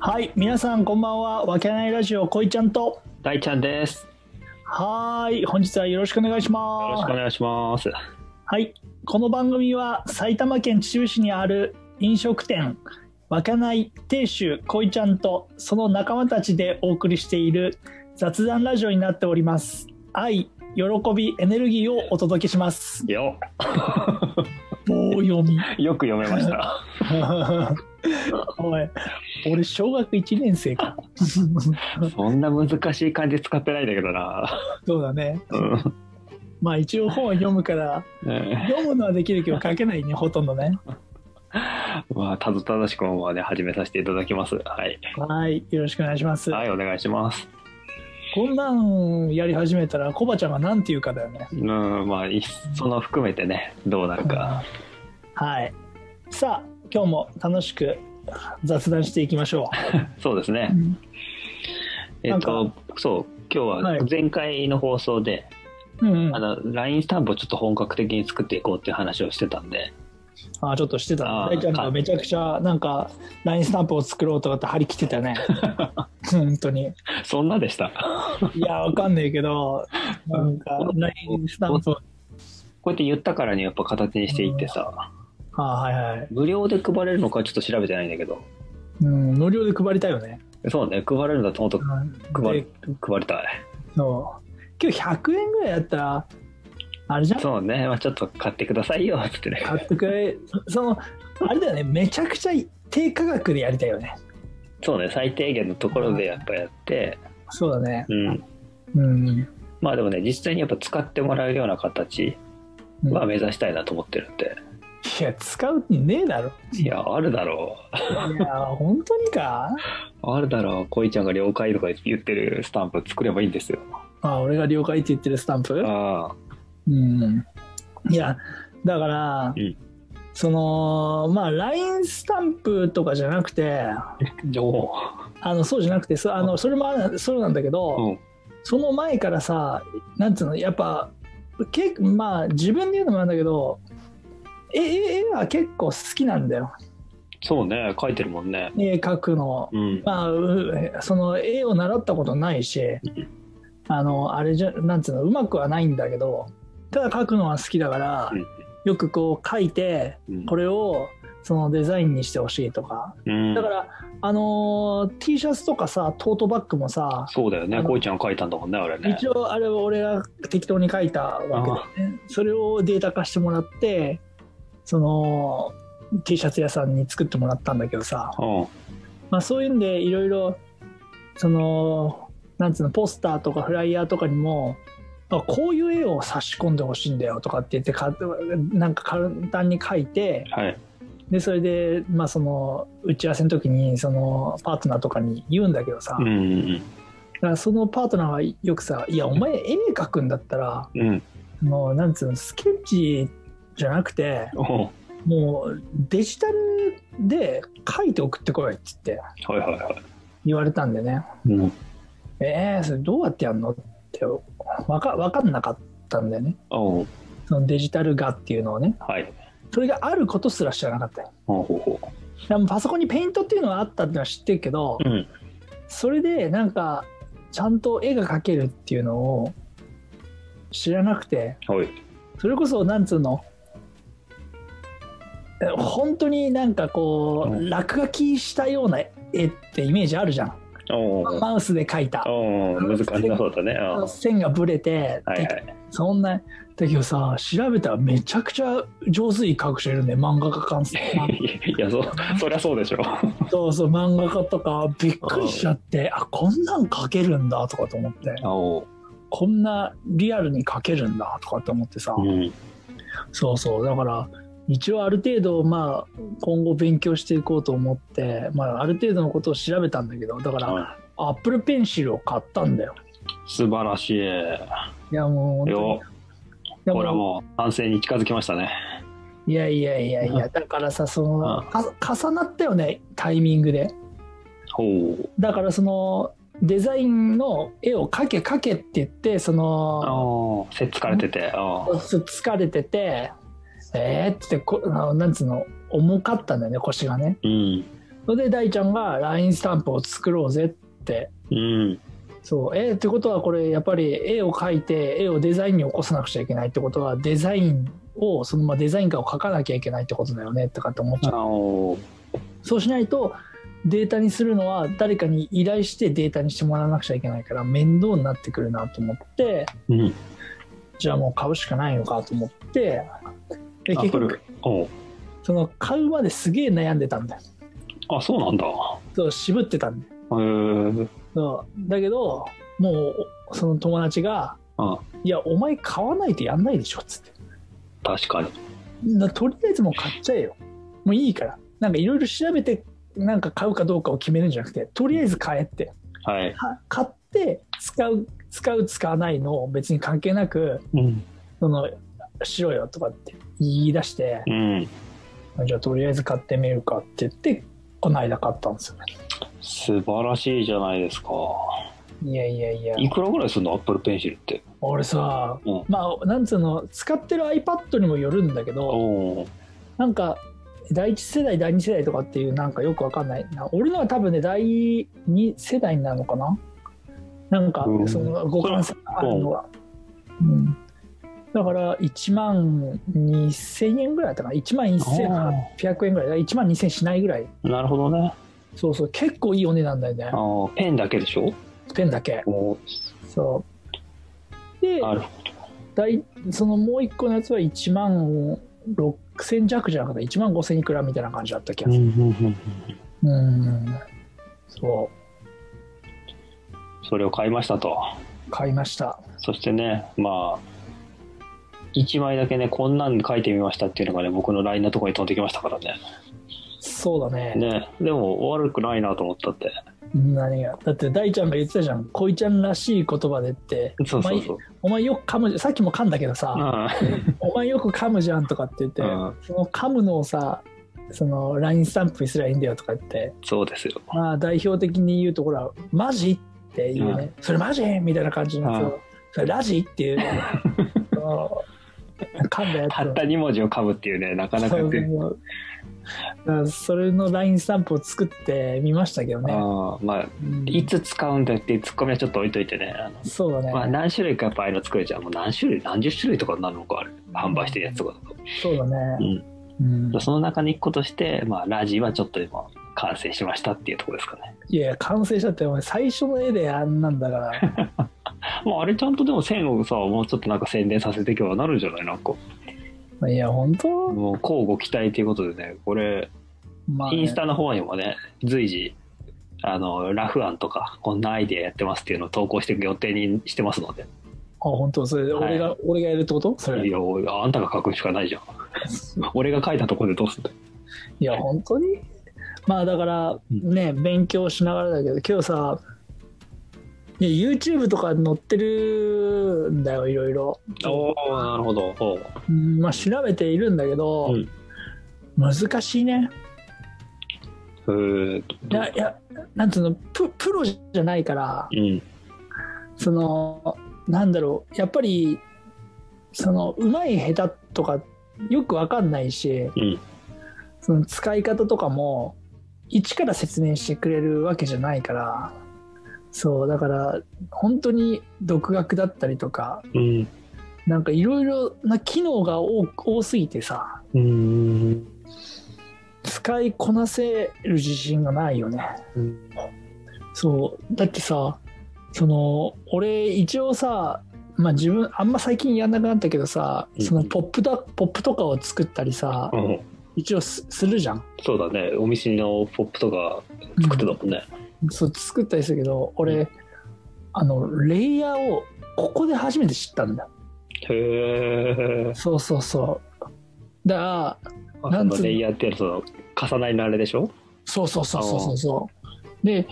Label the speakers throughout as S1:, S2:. S1: はい、皆さんこんばんは。わけないラジオこいちゃんと。
S2: 大ちゃんです。
S1: はーい、本日はよろしくお願いし
S2: よろ
S1: ま
S2: し
S1: す
S2: くお。願いします。
S1: はい、この番組は埼玉県秩父市にある飲食店。わけない亭主こいちゃんと、その仲間たちでお送りしている雑談ラジオになっております。愛、喜び、エネルギーをお届けします。
S2: よ、
S1: 棒読み。
S2: よく読めました。
S1: おい、俺小学1年生か。
S2: そんな難しい漢字使ってないんだけどな。
S1: そうだね。
S2: うん
S1: まあ一応本を読むから。
S2: ね
S1: 読むのはできるけど書けないねほとんどね
S2: まあ、たどたどしくもまで始めさせていただきます。はい。
S1: はいよろしくお願いします、
S2: はい、お願いします。
S1: こんなんやり始めたらコバちゃんが何て言うかだよね
S2: うん、まあ、いっその含めてね、どうなるか。
S1: はいさあ今日も楽しく雑談していきましょ
S2: そうです
S1: う、
S2: ね。えっ
S1: なん
S2: と、そう、今日
S1: はい
S2: は前回の放送で、
S1: うんうん
S2: あの、LINE スタンプをちょっと本格的に作っていこうっていう話をしてたんで、
S1: あちょっとしてた
S2: あー
S1: 大ちゃんがめちゃくちゃなんか LINE スタンプを作ろうとかって張り切ってた ね本当に
S2: そんな でした。
S1: いやわかんないけどなん か LINE スタンプを
S2: こうやって言ったからにはやっぱ形にしていってさ、
S1: あーはいはい、
S2: 無料で配れるのかちょっと調べてないんだけど
S1: うん、無料で配りたいよね、
S2: そうね配れるんだともっと
S1: うん
S2: 配
S1: で
S2: る配りたい
S1: そう今日100円ぐらいやったらあれじゃん
S2: そうね、まあ、ちょっと買ってくださいよっつってね
S1: 買ってくれそのあれだよねめちゃくちゃ低価格でやりたいよね
S2: そうね最低限のところでやっぱやって
S1: そうだね
S2: うん
S1: うん
S2: まあでもね実際にやっぱ使ってもらえるような形
S1: うん
S2: は目指したいなと思ってるんで、
S1: いや使うってねえだろ
S2: いやあるだろ
S1: いや本当に か
S2: うあるだろう恋ちゃんが了解とか言ってるスタンプ作ればいいんですよ
S1: あ俺が了解って言ってるスタンプ
S2: ああ
S1: うんいやだから、
S2: うん
S1: そのまあ LINE スタンプとかじゃなくて
S2: お
S1: あのそうじゃなくてそあのそれもあるそうなんだけど、
S2: おうん
S1: その前からさ、なんつうの、やっぱ、けまあ、自分で言うのもなんだけど、絵絵は結構好きなんだよ、
S2: そうね書いてるもんね
S1: 絵描くの。
S2: うん
S1: まあう、その絵を習ったことないし、あの、あれじゃ、なんつうの、うまくはないんだけど、ただ描くのは好きだから
S2: うん、
S1: よくこう描いて、
S2: うん
S1: これをそのデザインにしてほしいとか。
S2: うん
S1: だから、あのー、T シャツとかさ、トートバッグもさ、
S2: そうだよね恋ちゃんが書いたんだもんねあれね
S1: 一応あれは俺が適当に書いたわけで、ね、それをデータ化してもらってその T シャツ屋さんに作ってもらったんだけどさ、
S2: うん
S1: まあ、そういうんでいろいろそのなんつうのポスターとかフライヤーとかにもあこういう絵を差し込んでほしいんだよとかって言ってかなんか簡単に書いて
S2: はい
S1: でそれで、まあ、その打ち合わせの時にそのパートナーとかに言うんだけどさ、
S2: うんうん
S1: だからそのパートナーはよくさ「いやお前絵描くんだったら
S2: うんうん
S1: もうなんつうのスケッチじゃなくて
S2: おう
S1: もうデジタルで描いて送ってこい」っつって
S2: はいはいは
S1: 言われたんでね
S2: いうん
S1: 「えー、それどうやってやんの?」ってわかわかんなかったんだよね
S2: おう
S1: そのデジタル画っていうのをね
S2: はい
S1: それがあることすら知らなかったよ
S2: ほうほうほ
S1: だからもうパソコンにペイントっていうのはあったっていうのは知ってるけど
S2: ううん
S1: それでなんかちゃんと絵が描けるっていうのを知らなくて
S2: はい
S1: それこそなんつうのえ本当になんかこ
S2: う
S1: う落書きしたような絵ってイメージあるじゃん、
S2: おう
S1: マウスで描いた
S2: おう難しそうだねうん
S1: 線がぶれて、
S2: はいは
S1: で
S2: い
S1: そんなだけどさ調べたらめちゃくちゃ上手い描く人いるね漫画家かん
S2: いや そうそりゃそうでしょ
S1: そうそう漫画家とかびっくりしちゃってあこんなん描けるんだとかと思って
S2: おう
S1: こんなリアルに描けるんだとかって思ってさ、
S2: うん
S1: そうそうだから一応ある程度まあ今後勉強していこうと思って、まあ、ある程度のことを調べたんだけどだから
S2: は
S1: アップルペンシルを買ったんだよ
S2: い素晴らし
S1: いやもう本
S2: い
S1: 当に
S2: よ
S1: で
S2: これはもう完成に近づきましたね
S1: いやいやいやいう やだからさその
S2: うん
S1: か重なったよねタイミングで
S2: ほう
S1: だからそのデザインの絵を描け描けって言ってその
S2: おうせっつかれてておう
S1: そう疲れててえー、ってこあのなんつうの重かったんだよね腰がね
S2: うん
S1: それで大ちゃんが LINE スタンプを作ろうぜって
S2: うん。
S1: そうえーってことはこれやっぱり絵を描いて絵をデザインに起こさなくちゃいけないってことはデザインをそのままデザイン化を描かなきゃいけないってことだよねとかって思っちゃう
S2: あおー
S1: そうしないとデータにするのは誰かに依頼してデータにしてもらわなくちゃいけないから面倒になってくるなと思って
S2: うん。
S1: じゃあもう買うしかないのかと思ってで
S2: ア
S1: 結
S2: ップ
S1: 局
S2: ル。おう
S1: その買うまですげえ悩んでたんだよ
S2: あ、そうなんだ。
S1: そう渋ってたんだよ
S2: へー
S1: そうだけどもうその友達が
S2: あ
S1: 「いやお前買わないとやんないでしょ」っつって
S2: 確かに。
S1: なとりあえずもう買っちゃえよもういいからなんかいろいろ調べてなんか買うかどうかを決めるんじゃなくてとりあえず買えって
S2: はい。
S1: か買って使う使う使わないのを別に関係なく
S2: うん。
S1: そのしろよとかって言い出して
S2: うん。
S1: じゃあとりあえず買ってみるかって言ってこの間買ったんですよね
S2: 素晴らしいじゃないですか。
S1: いやいやいや
S2: いくらぐらいするのアップルペンシルって。
S1: 俺さ
S2: うん
S1: まあなんつうの使ってる iPad にもよるんだけど
S2: おお。
S1: なんか第一世代第二世代とかっていうなんかよくわかんないな俺のは多分ね第二世代になるのかななんか
S2: うん
S1: その互換性があるのが、うん、だから1万2000円ぐらいだったかな1万1800円ぐらいだ1万2000円しないぐらい
S2: なるほどね。
S1: そうそう結構いいお値段だよね
S2: あーペンだけでしょ
S1: ペンだけ
S2: おー
S1: そうで
S2: なる
S1: 大そのもう一個のやつは1万6000弱じゃなくて1万5000いくらみたいな感じだった気が
S2: うん
S1: する、
S2: うんうんうん
S1: うん、そう
S2: それを買いましたと。
S1: 買いました
S2: そしてね、まあ、1枚だけね、こんなん書いてみましたっていうのがね、僕の LINE のところに飛んできましたからね。
S1: そうだね
S2: ね、でも悪くないなと思ったって。
S1: 何がだって大ちゃんが言ってたじゃん「恋ちゃんらしい言葉で」って
S2: そうそうそう。
S1: お前よく噛むじゃんさっきも噛んだけどさ、お前よく噛むじゃん」とかって言って、
S2: うん
S1: その噛むのをさその LINE スタンプにすりゃいいんだよとか言って
S2: そうですよ。
S1: まあ代表的に言うところは「マジ?」っていうね「それマジ?」みたいな感じのやつを
S2: うん
S1: それラジ?」っていうその噛んだやつ
S2: た
S1: を
S2: った2文字を噛むっていうね、なかなか
S1: そう
S2: ね。
S1: そうだからそれの LINE スタンプを作ってみましたけどね、
S2: あーまあ、
S1: うん
S2: いつ使うんだっていうツッコミはちょっと置いといてね。あの
S1: そうだね、
S2: まあ、何種類かやっぱああいうの作れちゃう。もう何種類、何十種類とかになるのか、あれ。販売してるやつとかだと。
S1: そうだね。うん
S2: その中の1個として、まあ、ラジはちょっと今、完成しましたっていうところですかね。
S1: いやいや完成したってお前最初の絵であんなんだから
S2: まあ、あれちゃんとでも線をさもうちょっとなんか宣伝させていけばなるんじゃないなんか
S1: ま あいや本当
S2: もう交互期待ということでねこれ
S1: まあね
S2: インスタの方にもね随時あのラフ案とかこんなアイデアやってますっていうのを投稿していく予定にしてますので
S1: あ本当それ
S2: はい
S1: 俺が、俺がやるってことそれ
S2: い
S1: い
S2: やおいあんたが書くしか ないじゃん俺が書いたところでどうする
S1: や本当にまあだから
S2: ん
S1: ね、勉強しながらだけど今日さいや YouTube とか載ってるんだよいろいろ、
S2: おなるほどお
S1: うんまあ、調べているんだけど、
S2: うん
S1: 難しいね
S2: う
S1: いやいやなんつうのププロじゃないから
S2: うん
S1: そのなんだろうやっぱりそのうまい下手とかよくわかんないし
S2: うん
S1: その使い方とかも一から説明してくれるわけじゃないからそうだから本当に独学だったりとか
S2: うん
S1: なんかいろいろな機能が多多すぎてさ
S2: うん
S1: 使いこなせる自信がないよね。そうだってさその俺一応さまあ自分あんま最近やんなくなったけどさ、
S2: うん
S1: そのポップだポップとかを作ったりさ、
S2: うん
S1: 一応すするじゃん、
S2: そうだねお店のポップとか作ってたもんね、
S1: そう作ったりするけど俺、あのレイヤーをここで初めて知ったんだ
S2: へえ
S1: そうそうそうだから
S2: あ
S1: なんつうの
S2: そのレイヤーってやるその重なりのあれでしょ
S1: そうそうそうそうそうそうで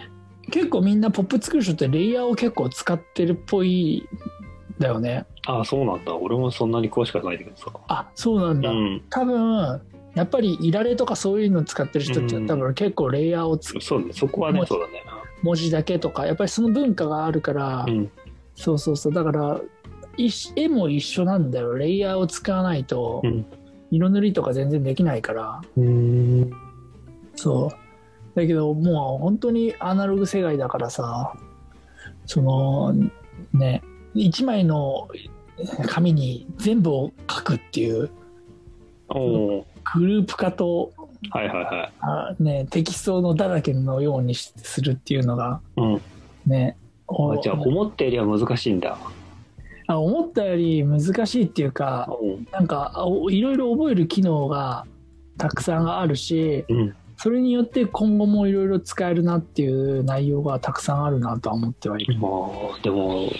S1: 結構みんなポップ作る人ってレイヤーを結構使ってるっぽいんだよね
S2: ああそうなんだ俺もそんなに詳しくはないんだけどさ
S1: あそうなんだ、
S2: うん
S1: 多分やっぱりいられとかそういうの使ってる人って
S2: うん
S1: 多分結構レイヤーをつ
S2: そうねそこはね
S1: もう
S2: そうだね
S1: 文字だけとかやっぱりその文化があるから、
S2: うん
S1: そうそうそうだからいし絵も一緒なんだよレイヤーを使わないと
S2: うん
S1: 色塗りとか全然できないから
S2: うん
S1: そうだけどもう本当にアナログ世界だからさそのね1枚の紙に全部を書くっていう
S2: おお
S1: グループ化と
S2: はいはいはい
S1: あ、ね、テキストのだらけのようにしするっていうのが
S2: うん
S1: ね
S2: あじゃあ思ったよりは難しいんだ
S1: あ思ったより難しいっていうか
S2: うん
S1: なんかおいろいろ覚える機能がたくさんあるし
S2: うん
S1: それによって今後もいろいろ使えるなっていう内容がたくさんあるなとは思ってはいる。
S2: まあでも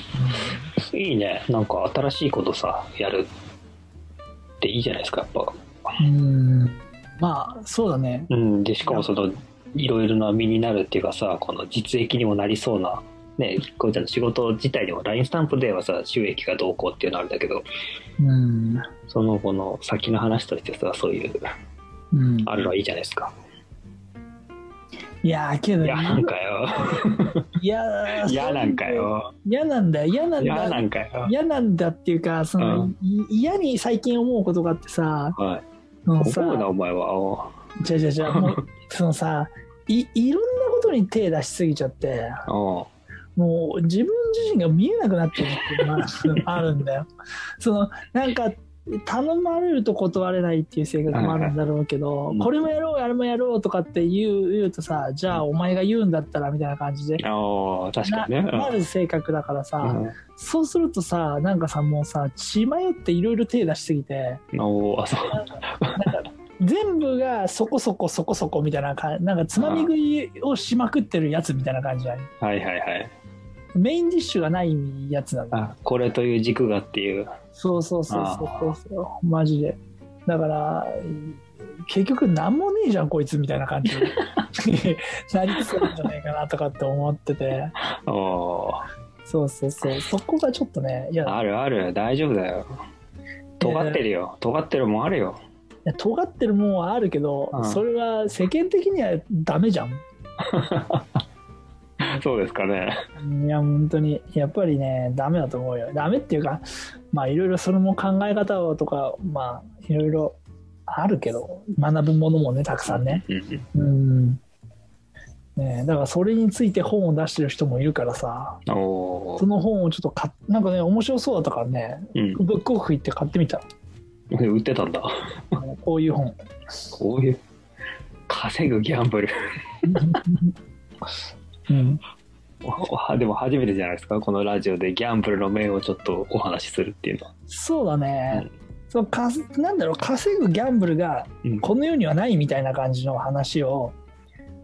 S2: いいねなんか新しいことさやるっていいじゃないですかやっぱ
S1: うんまあそうだね。
S2: うん、でしかもそのいろいろな身になるっていうかさこの実益にもなりそうなねこういったの仕事自体にも LINE スタンプではさ収益がどうこうっていうのあるんだけど
S1: うん、
S2: そのこの先の話としてさそういう
S1: うん、
S2: あるのはいいじゃないですか
S1: いやーけど
S2: いやなんかよ
S1: いや ー
S2: いやなんかよ
S1: 嫌なんだ嫌なん
S2: いやな
S1: だ
S2: んかよ
S1: 嫌なんだっていうかその、
S2: う
S1: い嫌に最近思うことがあってさ
S2: はい
S1: その
S2: 思うな
S1: さ
S2: お前はお
S1: じゃあじゃあじゃあも うそのさいいろんなことに手出しすぎちゃって
S2: うお
S1: もう自分自身が見えなくなってるっていうのがあるんだよ。そのなんか頼まれると断れないっていう性格もあるんだろうけど、
S2: いはい
S1: これもやろうあれもやろうとかって言う言うとさじゃあお前が言うんだったらみたいな感じで
S2: うおう確か
S1: な
S2: にね
S1: なる性格だから
S2: う
S1: さ、
S2: ん
S1: そうするとさなんかさもうさ血迷っていろいろ手出しすぎて
S2: うんおうあそう
S1: 全部がそこそこそこそこみたいな感じなんかつまみ食いをしまくってるやつみたいな感じじゃない
S2: はいはいはい
S1: メインディッシュがないやつなんだよ
S2: あこれという軸がっていう
S1: そうそうそうそうそうそうマジでだから結局何もねえじゃんこいつみたいな感 じになりつつあるんじゃないかなとかって思ってて
S2: おお
S1: そうそうそうそこがちょっとねいやい
S2: あるある大丈夫だよ尖ってるよ尖ってるもんあるよ
S1: や尖ってるもんはあるけど、
S2: うん
S1: それは世間的にはダメじゃん
S2: そうですかね。
S1: いや本当にやっぱりねダメだと思うよダメっていうかまあいろいろそれも考え方をとかまあいろいろあるけど学ぶものもねたくさんね
S2: うん、
S1: うんねえ、だからそれについて本を出してる人もいるからさ
S2: お
S1: そ
S2: お。
S1: の本をちょっと買っなんかね面白そうだったからね
S2: うん。
S1: ブックオフ行って買ってみた
S2: 売ってたんだ。
S1: こういう本
S2: こういう。稼ぐギャンブル。
S1: うん
S2: おでも初めてじゃないですか。このラジオでギャンブルの面をちょっとお話しするっていうのは。
S1: そうだね
S2: う、
S1: そのかすなんだろう稼ぐギャンブルが
S2: うん
S1: この世にはないみたいな感じの話を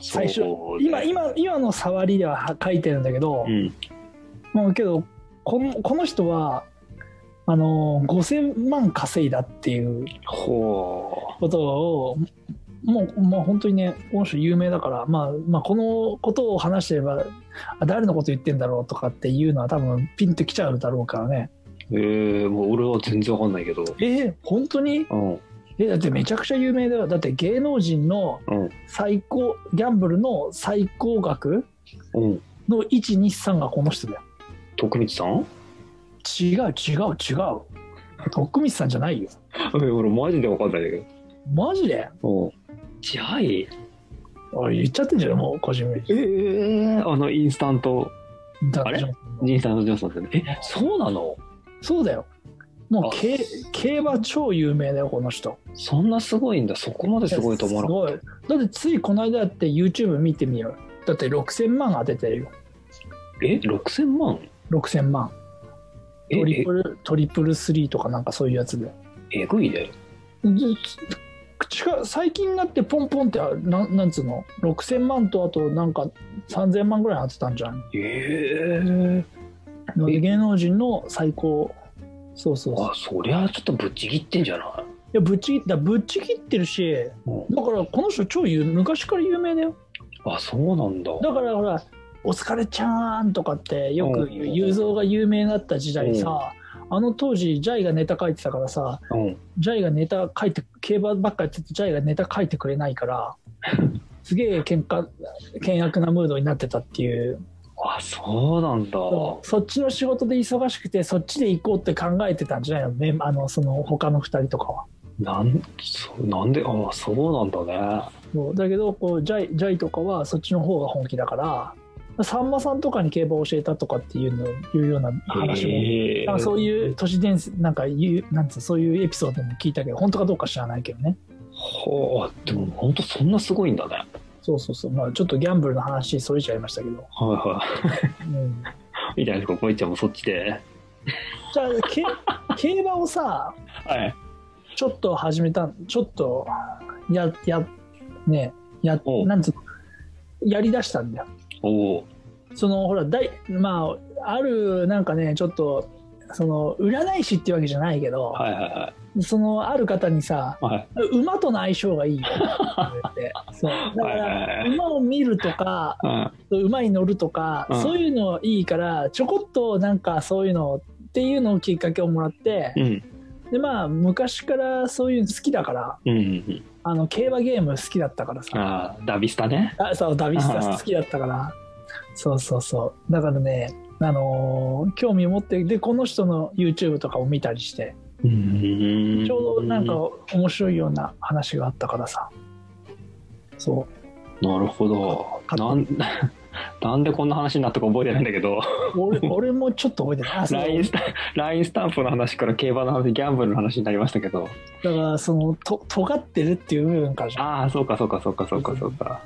S1: 最初
S2: そうね
S1: 今。今今の触りではは書いてるんだけど、
S2: うん。
S1: もうけどこのこの人はあの5,000万稼いだっていう
S2: ほ
S1: ことをもう、まあ、本当にねこの人有名だから、まあ、まあこのことを話してればあ誰のこと言ってんだろうとかっていうのは多分ピンときちゃうだろうからね
S2: う。ええもう俺は全然わかんないけど。
S1: えー本当に
S2: うん。
S1: えだってめちゃくちゃ有名だよだって芸能人の
S2: うん
S1: 最高ギャンブルの最高額
S2: うん。
S1: の123がこの人だよ
S2: 徳光さん。
S1: 違う違う違う徳光さんじゃないよ
S2: え俺マジでわかんないんだけ
S1: マジで
S2: ど。うん。じゃあい。
S1: あ言っちゃってんじゃんもう個人名
S2: ええあのインスタント。
S1: だ
S2: あれ
S1: ジョン
S2: インスタントジョンソンってね。え、そうなの。
S1: そうだよもう
S2: あ
S1: 競競馬超有名だよこの人
S2: そんなすごいんだ。そこまですごいと思わなかった
S1: いやすごいだってついこの間だって YouTube 見てみようだって6000万当ててるよ
S2: え6000万
S1: 6000万
S2: え
S1: トリ
S2: え
S1: プルトリプルスリーとかなんかそういうやつで
S2: えぐいね
S1: でつ近最近になってポンポンってなんなんつうの6000万とあとなんか3000万ぐらい当てたんじゃない
S2: ええ
S1: ので
S2: え
S1: 芸能人の最高そうそうそうい
S2: あそりゃちょっとぶっちぎってんじゃない
S1: やぶっちぎだぶっちぎってるし
S2: うん
S1: だからこの人超有昔から有名だよ
S2: あそうなんだ
S1: だからほら「お疲れちゃーん」とかってよく言う
S2: うん
S1: 雄三が有名だった時代さあの当時ジャイがネタ書いてたからさ
S2: うん
S1: ジャイがネタ書いて競馬ばっかやっててジャイがネタ書いてくれないからすげえ喧嘩険悪なムードになってたっていう
S2: あそうなんだ
S1: そうそっちの仕事で忙しくてそっちで行こうって考えてたんじゃないのメンあのその他の2人とかは。
S2: なんそなんであそうなんだね
S1: そうだけどこうジャイジャイとかはそっちの方が本気だからさんまさんとかに競馬を教えたとかっていうのいうような話も、
S2: へえ
S1: なんかそういう都市伝説なんかいうなんつうそういうエピソードも聞いたけど本当かどうか知らないけどね
S2: はあでも本当そんなすごいんだねはい
S1: そうそうそうまあちょっとギャンブルの話それちゃいましたけど、
S2: は
S1: うん、
S2: いいいじゃないですかこいちゃんもそっちで
S1: じゃあけ競馬をさ
S2: はい
S1: ちょっと始めたちょっとややねや
S2: おう
S1: なんつうのやりだしたんだよ
S2: おお
S1: そのほら大まああるなんかねちょっとその占い師っていうわけじゃないけど、
S2: はいはいは
S1: そのある方にさ
S2: いはい
S1: 馬との相性がいいよって言ってそうだか
S2: はいはいは
S1: ら
S2: い
S1: 馬を見るとか
S2: うん
S1: 馬に乗るとか、
S2: うん
S1: そういうのいいからちょこっとなんかそういうのっていうのをきっかけをもらって、
S2: うん
S1: でまあ昔からそういうの好きだから
S2: うんうん
S1: あの競馬ゲーム好きだったから
S2: うん
S1: さ
S2: ああダビスタね
S1: あそうダビスタ好きだったからそうそうそうだからねあのー興味を持ってでこの人の YouTube とかを見たりして
S2: ち
S1: ちょ
S2: ょ
S1: うどなんか面白いような話があったからさそ
S2: なるほど
S1: か
S2: なん なんでこんな話になったか覚えてないんだけど
S1: う俺俺もちょっと覚えてないあそう
S2: LINE スタラインスタンプの話から競馬の話ギャンブルの話になりましたけど
S1: だからそのと尖ってるっていう部分からじゃん
S2: ああそうかそうかそうかそうかそうか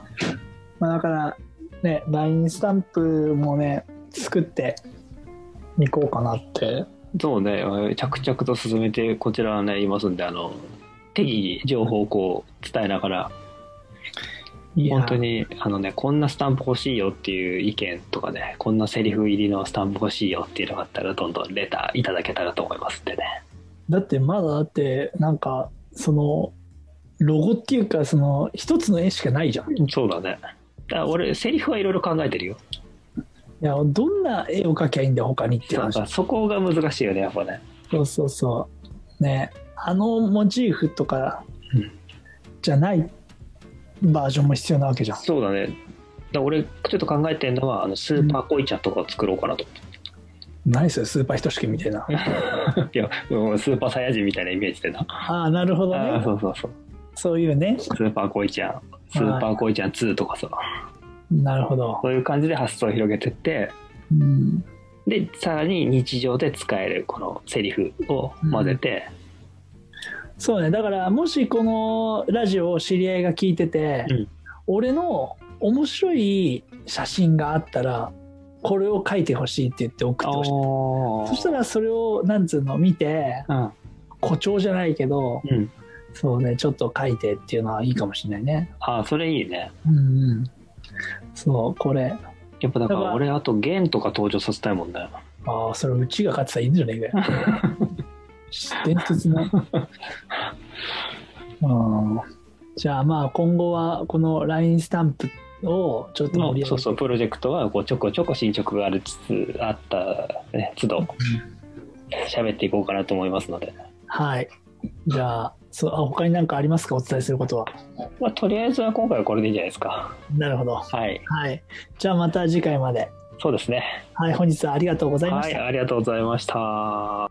S1: まあ、だからね LINE スタンプもね作っていこうかなって
S2: そうねえー着々と進めてこちらはねいますんであの適宜情報をこう伝えながら
S1: いや
S2: 本当にあのねこんなスタンプ欲しいよっていう意見とかねこんなセリフ入りのスタンプ欲しいよっていうのがあったらどんどんレターいただけたらと思いますんでね
S1: だってまだだってなんかそのロゴっていうかその一つの絵しかないじゃんい
S2: そうだねだから俺セリフはいろいろ考えてるよ
S1: やどんな絵を描きゃいいんだよ他にって
S2: なん
S1: 話
S2: かそこが難しいよねやっぱね
S1: そうそうそうねあのモチーフとか
S2: うん
S1: じゃないバージョンも必要なわけじゃん
S2: そうだねだから俺ちょっと考えてるのはあのスーパーコイちゃんとかを作ろうかなと思って
S1: 何それスーパーひとしきみたいな
S2: いやもうスーパーサイヤ人みたいなイメージでな
S1: ああなるほど
S2: あー
S1: ね
S2: そうそうそう
S1: そういうね
S2: スーパーコイちゃんスーパーコイちゃん2とかさ
S1: なるほど、
S2: そういう感じで発想を広げてって
S1: うん、
S2: でさらに日常で使えるこのセリフを混ぜて、
S1: そうねだからもしこのラジオを知り合いが聞いてて、
S2: うん
S1: 俺の面白い写真があったらこれを書いてほしいって言って送ってほしいそしたらそれをなんつうの見て
S2: ら
S1: 誇張じゃないけど
S2: うん、うん、
S1: そうねちょっと書いてっていうのはいいかもしれないね
S2: ああそれいいね
S1: うんうんそうこれ
S2: やっぱだから
S1: だから
S2: 俺あとゲンとか登場させたいもんね
S1: ああそれうちが勝ってたらいいんじゃないかよ伝説 のうんじゃあまあ今後はこの LINE スタンプをちょっと盛り上
S2: の
S1: げて
S2: そうそうプロジェクトはこうちょこちょこ進捗があるつつあった、ね、都度喋っていこうかなと思いますので、
S1: はいじゃあそうあ他に何かありますかお伝えすることは
S2: まあ、とりあえずは今回はこれでいいんじゃないですか
S1: なるほど
S2: はい
S1: はいじゃあまた次回まで
S2: そうですね
S1: はい本日はありがとうございまし
S2: は
S1: た、
S2: いありがとうございました